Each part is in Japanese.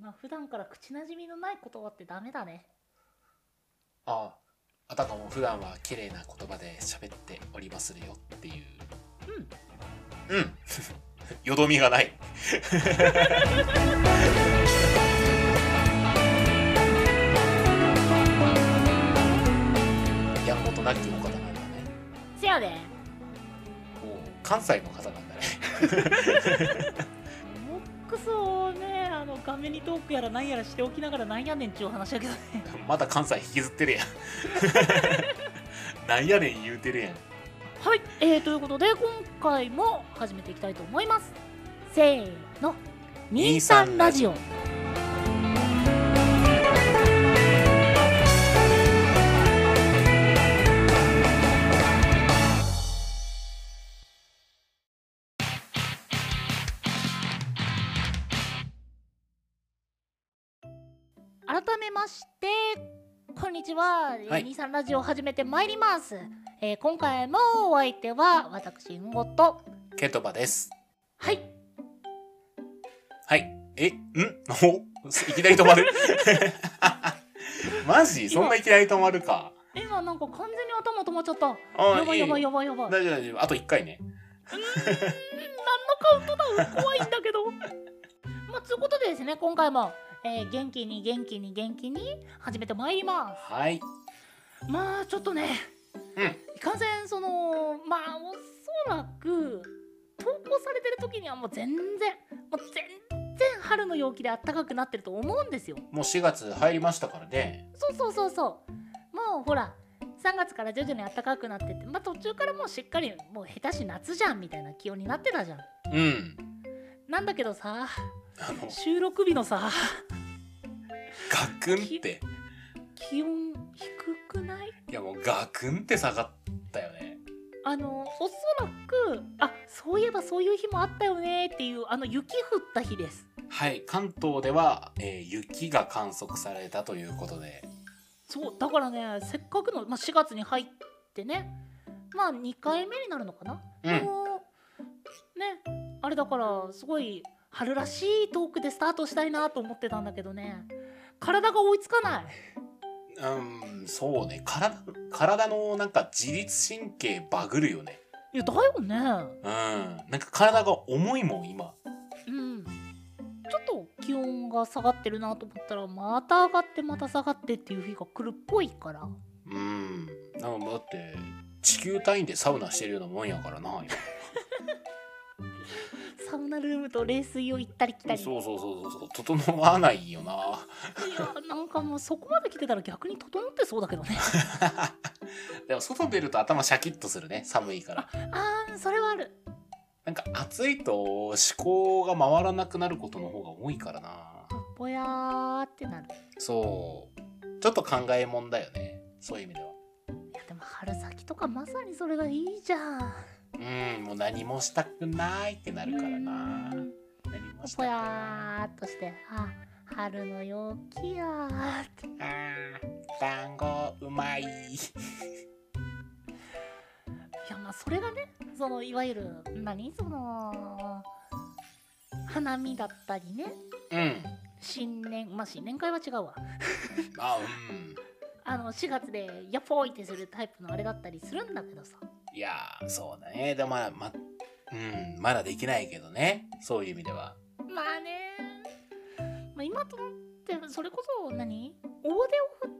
まあ普段から口なじみのない言葉ってダメだねあああたかも普段は綺麗な言葉で喋っておりまするよっていううん うんよどみが ないやんごとなきお方なんだねせやでおう関西の方なんだねモックスをねあの画面にトークやらなんやらしておきながらなんやねんっちゅう話やけどね まだ関西引きずってる やんなんやねん言うてるやんはい、えー、ということで今回も始めていきたいと思いますせーの23ラジオ改めましてこんにちは、えーはい23ラジオ始めてまいります、えー今回もお相手は私んごとケトバですはいはい。え、ん おいきなり止まる マジそんないきなり止まるか。今なんか完全に頭止まっちゃったあやばいやばいやばばいやばい大丈夫大丈夫。あと1回ね。何のカウントダウン怖いんだけど まあということでですね今回も、えー元気に元気に元気に始めてまいりまはい。すまあちょっとねうん。いかんせんそのまあおそらく投稿されてる時にはもう全然もう全然春の陽気で暖かくなってると思うんですよもう4月入りましたからね。そうそうそうそうもうほら3月から徐々に暖かくなってってまあ途中からもうしっかりもう下手し夏じゃんみたいな気温になってたじゃんうん。なんだけどさあの、収録日のさガクンって。気温低くないいやもうガクンって下がったよね。あのおそらくあそういえばそういう日もあったよねっていうあの雪降った日ですはい。関東では、えー雪が観測されたということで。そうだからねせっかくの、まあ、4月に入ってねまあ2回目になるのかな、うんもうねあれだからすごい春らしいトークでスタートしたいなと思ってたんだけどね体が追いつかないうん、そうね。体、体のなんか自律神経バグるよね。いやだよねうん。なんか体が重いもん、今。うんちょっと気温が下がってるなと思ったらまた上がってまた下がってっていう日が来るっぽいからうん。なんかだって、地球単位でサウナしてるようなもんやからな、サウナルームと冷水を行ったり来た今。りいやそうそうそうそう、整わないよな。なんかもうそこまで来てたら逆に整ってそうだけどね でも外出ると頭シャキッとするね、寒いから。あーそれはあるなんか暑いと思考が回らなくなることの方が多いからな。ぼやーってなるそう。ちょっと考えもんだよね。そういう意味では。いやでも春先とかまさにそれがいいじゃんうん、もう何もしたくないってなるからな。何もしたくぼない。やーっとしてあ春の陽気やーってあー団子うまい。いやまあそれがねそのいわゆる何その花見だったりねうん。新年まあ新年会は違うわあ、うん。あの4月でやっぽいってするタイプのあれだったりするんだけどさいやー、そうだね。でもまだ、ま、うん、まだできないけどね。そういう意味では。まあねまあ、今とってそれこそ何大手を振っ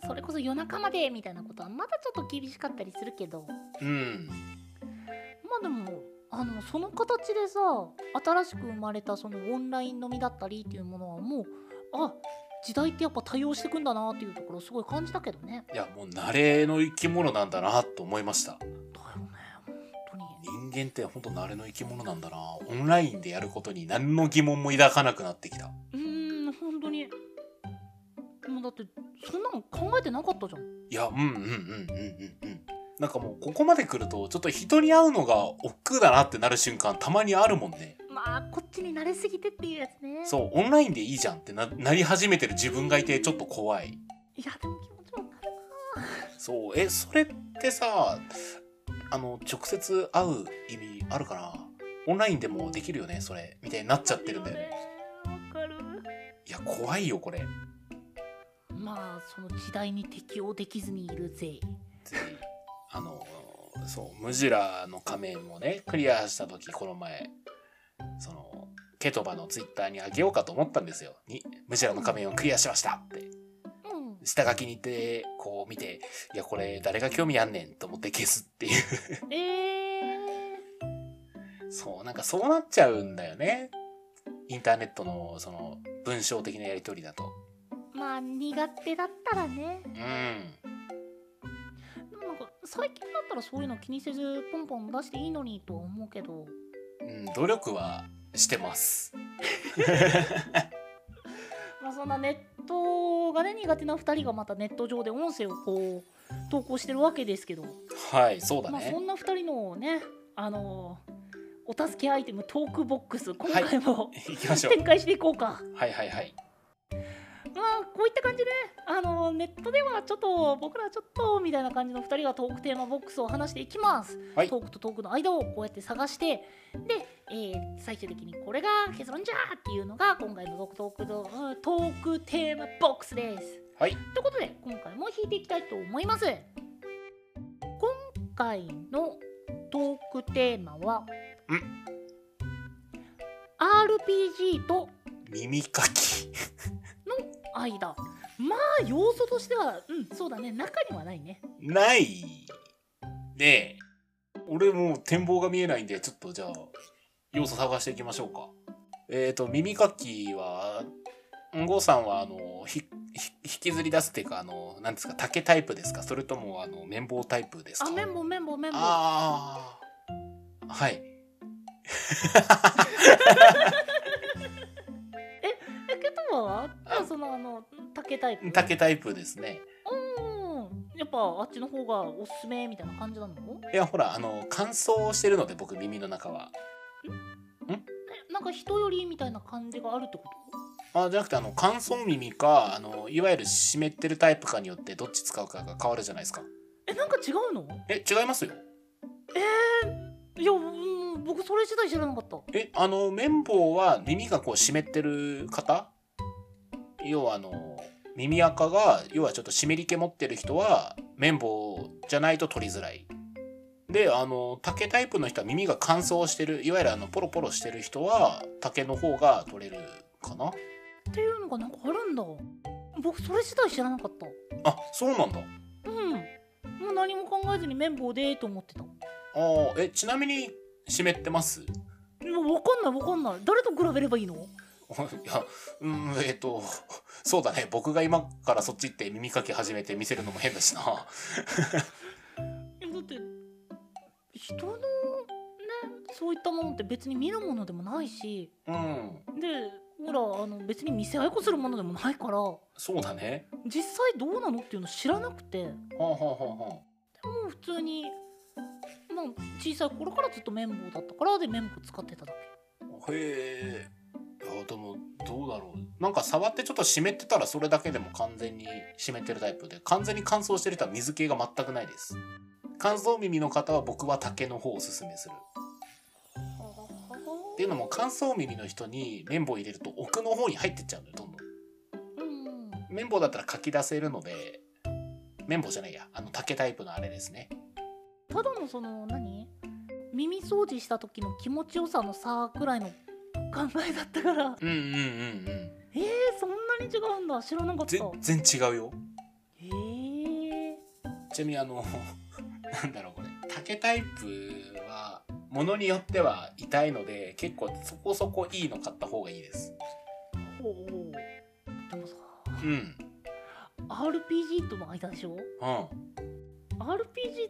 てそれこそ夜中までみたいなことはまだちょっと厳しかったりするけどまうん。あでもあのその形でさ新しく生まれたそのオンライン飲みだったりっていうものはもうあ時代ってやっぱ対応してくんだなっていうところをすごい感じたけどね。いや、もう慣れの生き物なんだなと思いました。だよね本当に人間ってほんと慣れの生き物なんだなオンラインでやることに何の疑問も抱かなくなってきた。うーん本当にもうだってそんなの考えてなかったじゃんいや、うんうんうんうんうんうん。なんかもうここまで来るとちょっと人に会うのが億劫だなってなる瞬間たまにあるもんね。まあこっちに慣れすぎてっていうやつねそう、オンラインでいいじゃんってななり始めてる自分がいてちょっと怖い。いやでも気持ちわかるそうえそれってさあの直接会う意味あるかなオンラインでもできるよねそれみたいになっちゃってるんだよねわかるいいや怖いよこれまあその時代に適応できずにいるぜぜひあのそうムジラの仮面もねクリアした時この前そのケトバのツイッターにあげようかと思ったんですよにムジラの仮面をクリアしましたってうん下書きに行ってこう見ていやこれ誰が興味あんねんと思って消すっていうえそうなんかそうなっちゃうんだよねインターネットのその文章的なやり取りだとー、まあ苦手だったらねうんでもなんか最近だったらそういうの気にせずポンポン出していいのにとは思うけどうん努力はしてますまあそんなネットがね苦手な2人がまたネット上で音声をこう投稿してるわけですけど、はいそうだまあそねんな2人のねあのお助けアイテムトークボックス今回も、行きましょう 展開していこうか。はいはいはいまあこういった感じであのネットではちょっと僕らちょっとみたいな感じの2人がトークテーマボックスを話していきます、はいトークとトークの間をこうやって探してで、えー最終的にこれが結論じゃーっていうのが今回のトークトークのうんトークテーマボックスですはいということで今回も引いていきたいと思います今回のトークテーマはうん RPG と耳かき間まあ要素としてはうんそうだね中にはないねないねえ俺もう展望が見えないんでちょっとじゃあ要素探していきましょうかえっ、ー、と耳かきはゴさんはあのひひ引きずり出すっていうかあのなんですか竹タイプですかそれともあの綿棒タイプですかあ綿棒綿棒綿棒ああはいえケトバはあそのあの竹タイプ竹タイプですねうんやっぱあっちの方がおすすめみたいな感じなのいやほらあの乾燥してるので僕耳の中はえなんか人よりみたいな感じがあるってこあじゃなくてあの乾燥耳かあのいわゆる湿ってるタイプかによってどっち使うかが変わるじゃないですかとえなんか違うのえ違いますよいや、うん、僕それ自体知らなかったえあの綿棒は耳がこう湿ってる方要はあの耳垢が要はちょっと湿り気持ってる人は綿棒じゃないと取りづらいであの竹タイプの人は耳が乾燥してるいわゆるあのポロポロしてる人は竹の方が取れるかなっていうのがなんかあるんだ僕それ自体知らなかったあそうなんだうんもう何も考えずに綿棒でーと思ってたもあーえちなみに湿ってます うわかんないわかんない誰と比べればいいのいや、うーん、えっと、そうだね。僕が今からそっち行って耳かき始めて見せるのも変だしな。えだって人のねそういったものって別に見るものでもないしうん、でほらあの別に見せ合いこするものでもないからそうだね。実際どうなのっていうの知らなくてもはあ、はあはあはう普通に、まあ、小さい頃からずっと綿棒だったからで綿棒使ってただあ、へえ。いや、でも、どうだろう。なんか触ってちょっと湿ってたらそれだけでも完全に湿ってるタイプで、完全に乾燥してる人は水気が全くないです。乾燥耳の方は僕は竹の方をおすすめする。けはっていうのも乾燥耳の人に綿棒入れると奥の方に入ってっちゃうのよ、どんどん。うん綿棒だったら書き出せるので綿棒じゃないやあの竹タイプのあれですねただのその何耳掃除した時の気持ちよさの差くらいの考えだったからうんうんうんうんえー、そんなに違うんだ知らなかったへ全然違うよえー、ちなみにあの なんだろうこれ竹タイプはものによっては痛いので結構そこそこいいの買った方がいいですほうほうでもさうん RPG との間でしょうん RPG っ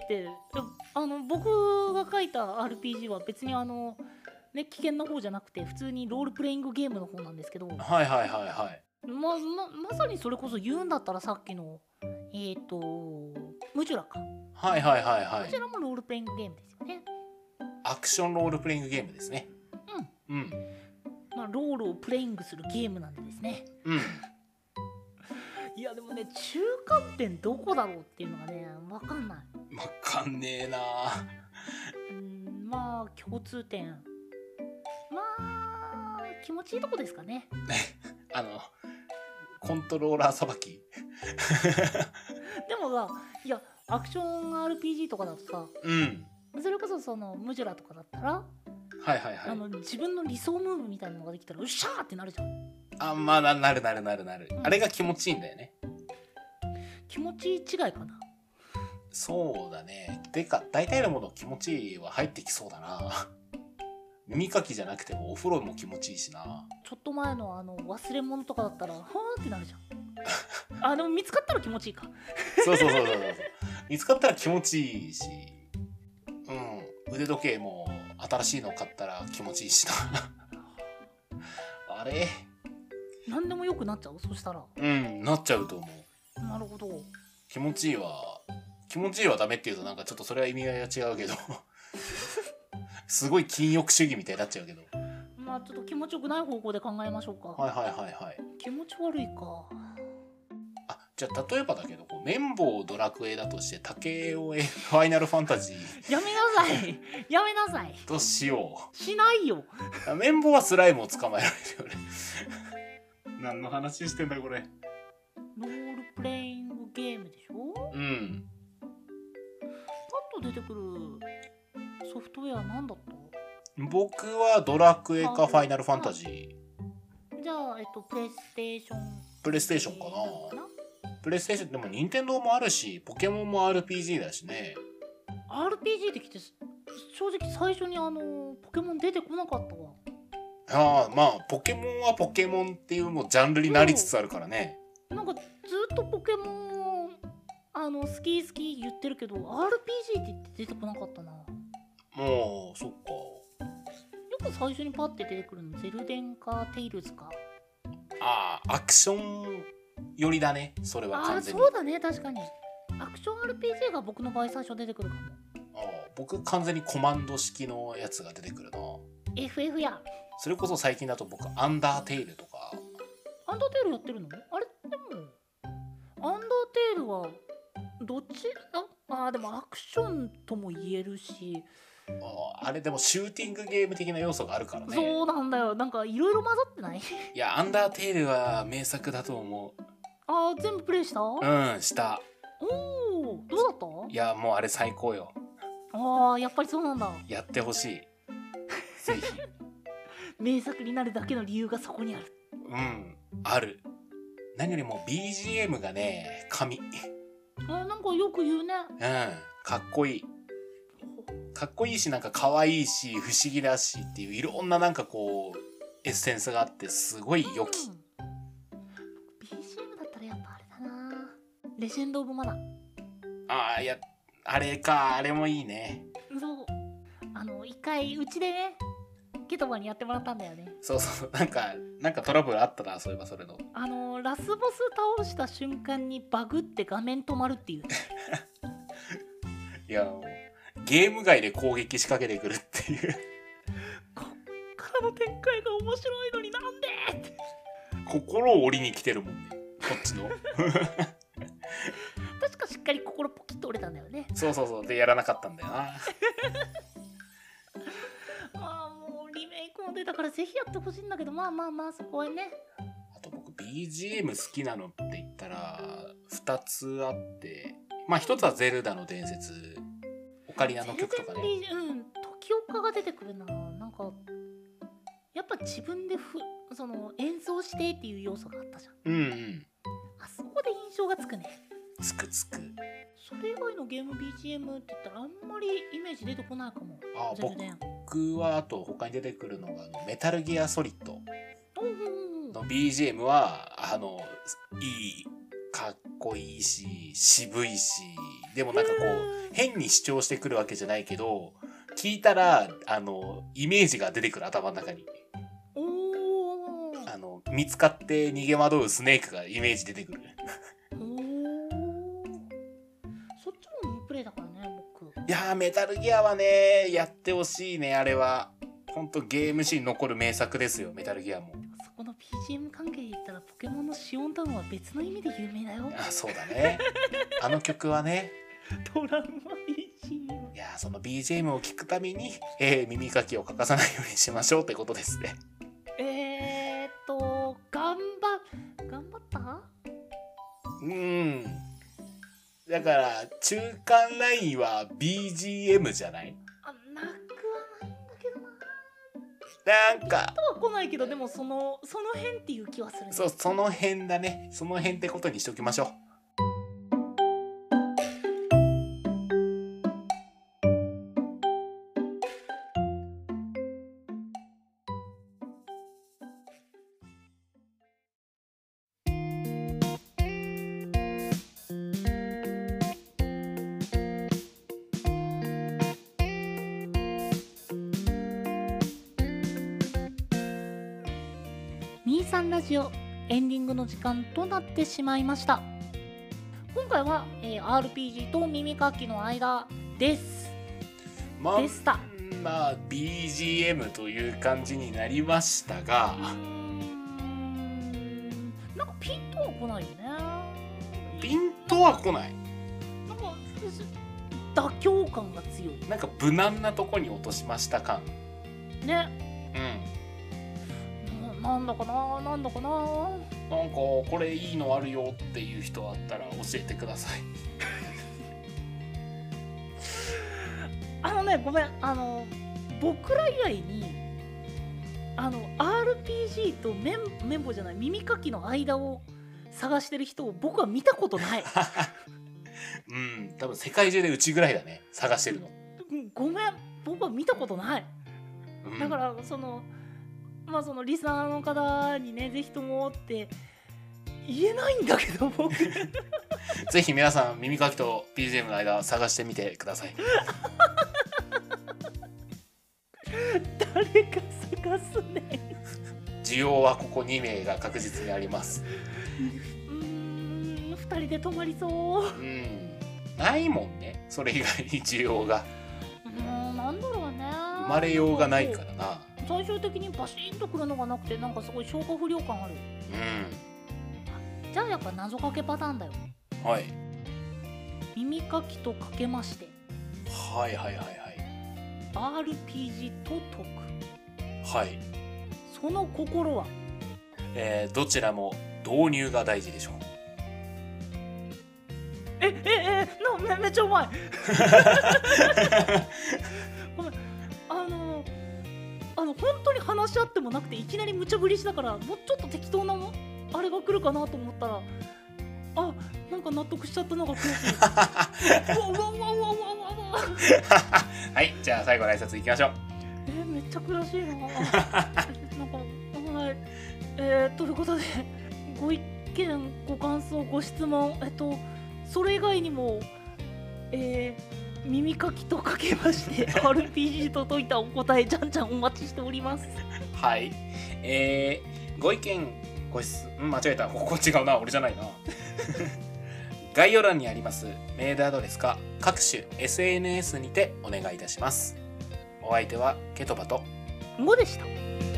ていやあの僕が書いた RPG は別にあのね危険な方じゃなくて普通にロールプレイングゲームの方なんですけどまはいはいはいはいままさにそれこそ言うんだったらさっきのえっ、ー、とムジュラかムはいはいはいはジュいラもロールプレイングゲームですよねアクションロールプレイングゲームですねうんまあロールをプレイングするゲームなんでですねうんいやでもね中間点どこだろうっていうのがね分かんないわかんねえなうんまあ共通点まあ気持ちいいとこですかねあのコントローラーさばきでもさいやアクション RPG とかだとさうんそれこそそのムジュラとかだったら、はいはいはいあの自分の理想ムーブみたいなのができたらうっしゃーってなるじゃんあまあななるなるなるなる、うんあれが気持ちいいんだよね気持ち違いかなそうだねてか大体のもの気持ちいいは入ってきそうだな 耳かきじゃなくてもお風呂も気持ちいいしなちょっと前のあの忘れ物とかだったらはーってなるじゃ んあでも見つかったら気持ちいいかそうそうそうそうそう見つかったら気持ちいいしうん腕時計も新しいの買ったら気持ちいいしな あれ何でもよくなっちゃうそしたらうんなっちゃうと思うなるほど気持ちいいは気持ちいいはダメっていうとなんかちょっとそれは意味合いが違うけど すごい禁欲主義みたいになっちゃうけどまあちょっと気持ちよくない方向で考えましょうか、はいはいはいはい気持ち悪いかあじゃあ例えばだけどこう綿棒をドラクエだとして竹をえファイナルファンタジーやめなさいやめなさいとしよしないよう綿棒はスライムを捕まえられるよね何の話してんだこれロールプレイングゲームでしょ うんパッと出てくるソフトウェアなんだった僕はドラクエかファイナルファンタジーじゃあ、えっと、プレイステーション。プレイステーションかなプレイステーションでも任天堂もあるしポケモンも RPG だしね RPG できて、す正直最初にあの、ポケモン出てこなかったわ。ああまあポケモンはポケモンっていうもうジャンルになりつつあるからね、なんか、ずっとポケモンを、あの、好き好き言ってるけど、RPG って言って出てこなかったな。よもうそっかく最初にパッて出てくるの、ゼルデンか、テイルズか。ああアクション寄りだねそれはああ完ー、全にそうだね、確かに。アクション RPG が僕の場合最初出てくるかも。ああ僕完全にコマンド式のやつが出てくるな FF や。それこそ最近だと僕アンダーテイルとかアンダーテールやってるのあれでもアンダーテールはどっちああーでもアクションとも言えるし、あああれでもシューティングゲーム的な要素があるからねそうなんだよなんかいろいろ混ざってないいやアンダーテイルは名作だと思あー全部プレイした、ううんしたおおどうだったいやもうあれ最高よああやっぱりそうなんだやってほしいぜひ名作になるだけの理由がそこにあるうんある何よりも BGM がね神うんあーなんかよく言うねかっこいいかっこいいしなんか可愛いし不思議だしっていういろんななんかこうエッセンスがあってすごい良きうん、BGM だったらやっぱあれだなレジェンド・オブ・マナーああいやあれかあれもいいねそうあの一回うちでねケトバにやってもらったんだよねそうそう なんかなんかトラブルあったなそういえばそれのあのーラスボス倒した瞬間にバグって画面止まるっていういやもうゲーム外で攻撃仕掛けてくるっていうこっからの展開が面白いのになんでって心を折りに来てるもんねこっちの確かしっかり心ポキッと折れたんだよねそうそうそうでやらなかったんだよなああもうリメイクも出たからぜひやってほしいんだけどまあまあまあそこはねあと僕 BGM 好きなのって言ったら2つあってまあ1つは「ゼルダの伝説」オカリナの曲とかね全然うん時岡が出てくるななんかやっぱ自分でふその演奏してっていう要素があったじゃんうんうんあそこで印象がつくねつくつくそれ以外のゲーム BGM って言ったらあんまりイメージ出てこないかもあゼルデン僕はあと他に出てくるのがあの「メタルギアソリッド」うんうんうんの BGM はあのいいかっこいいし渋いしでもなんかこう変に主張してくるわけじゃないけど聞いたらあのイメージが出てくる頭の中におおあの見つかって逃げ惑うスネークがイメージ出てくるおーそっちもインプレイだからね僕いやーメタルギアはねやってほしいねあれはほんとゲーム史に残る名作ですよメタルギアもそこの BGM 関係で言ったらポケモンのシオンタウンは別の意味で有名だよあそうだ ねあの曲はねトラウマ BGM いやーその BGM を聞くために、えー耳かきを欠かさないようにしましょうってことですねえーっと頑張頑張ったうんだから中間ラインは BGM じゃないあなくはないんだけどななんかとは来ないけどでもそのその辺っていう気はするねそうその辺だねその辺ってことにしておきましょうミーさんラジオエンディングの時間となってしまいました今回は、えー RPG と耳かきの間ですまあでしたまあ BGM という感じになりましたがうーんなんかピンとは来ないよねピンとは来ないなんかす妥協感が強いなんか無難なとこに落としました感ねうんうんなんだかななんだかななんかこれいいのあるよっていう人あったら教えてくださいあのねごめんあの僕ら以外にあの RPG とメンメンボじゃない耳かきの間を探してる人を僕は見たことないうん多分世界中でうちぐらいだね探してるの、うんごめん僕は見たことないうんだからそのまあそのリスナーの方にねぜひともって言えないんだけど僕ぜひ皆さん耳かきと BGM の間探してみてください誰か探すね需要はここ2名が確実にありますうーん2人で泊まりそううんないもんねそれ以外に需要がうんなんだろうね生まれようがないからな最終的にバシーンとくるのがなくてなんかすごい消化不良感あるうじゃあやっぱ謎かけパターンだよんはい耳かきとかけましてはいはいはい RPG と解くはいはいその心はえーどちらも導入が大事 でしょうええええなめめっちゃうまいごめんあのあの本当に話し合ってもなくていきなり無茶ぶりしたからもうちょっと適当なもあれが来るかなと思ったらあなんか納得しちゃったのが悔しいうわうわうわうわうわうわうわはいじゃあ最後の挨拶いきましょうえー、めっちゃ悔しいな なんかはいえー、ということでご意見ご感想ご質問えっとそれ以外にもえー耳かきとかけまして RPG と解いたお答えじゃんじゃんお待ちしておりますはいえーご意見ご質ん間違えたここ違うな俺じゃない な概要欄にありますメールアドレスか各種 SNS にてお願いいたしますお相手はケトバと5でした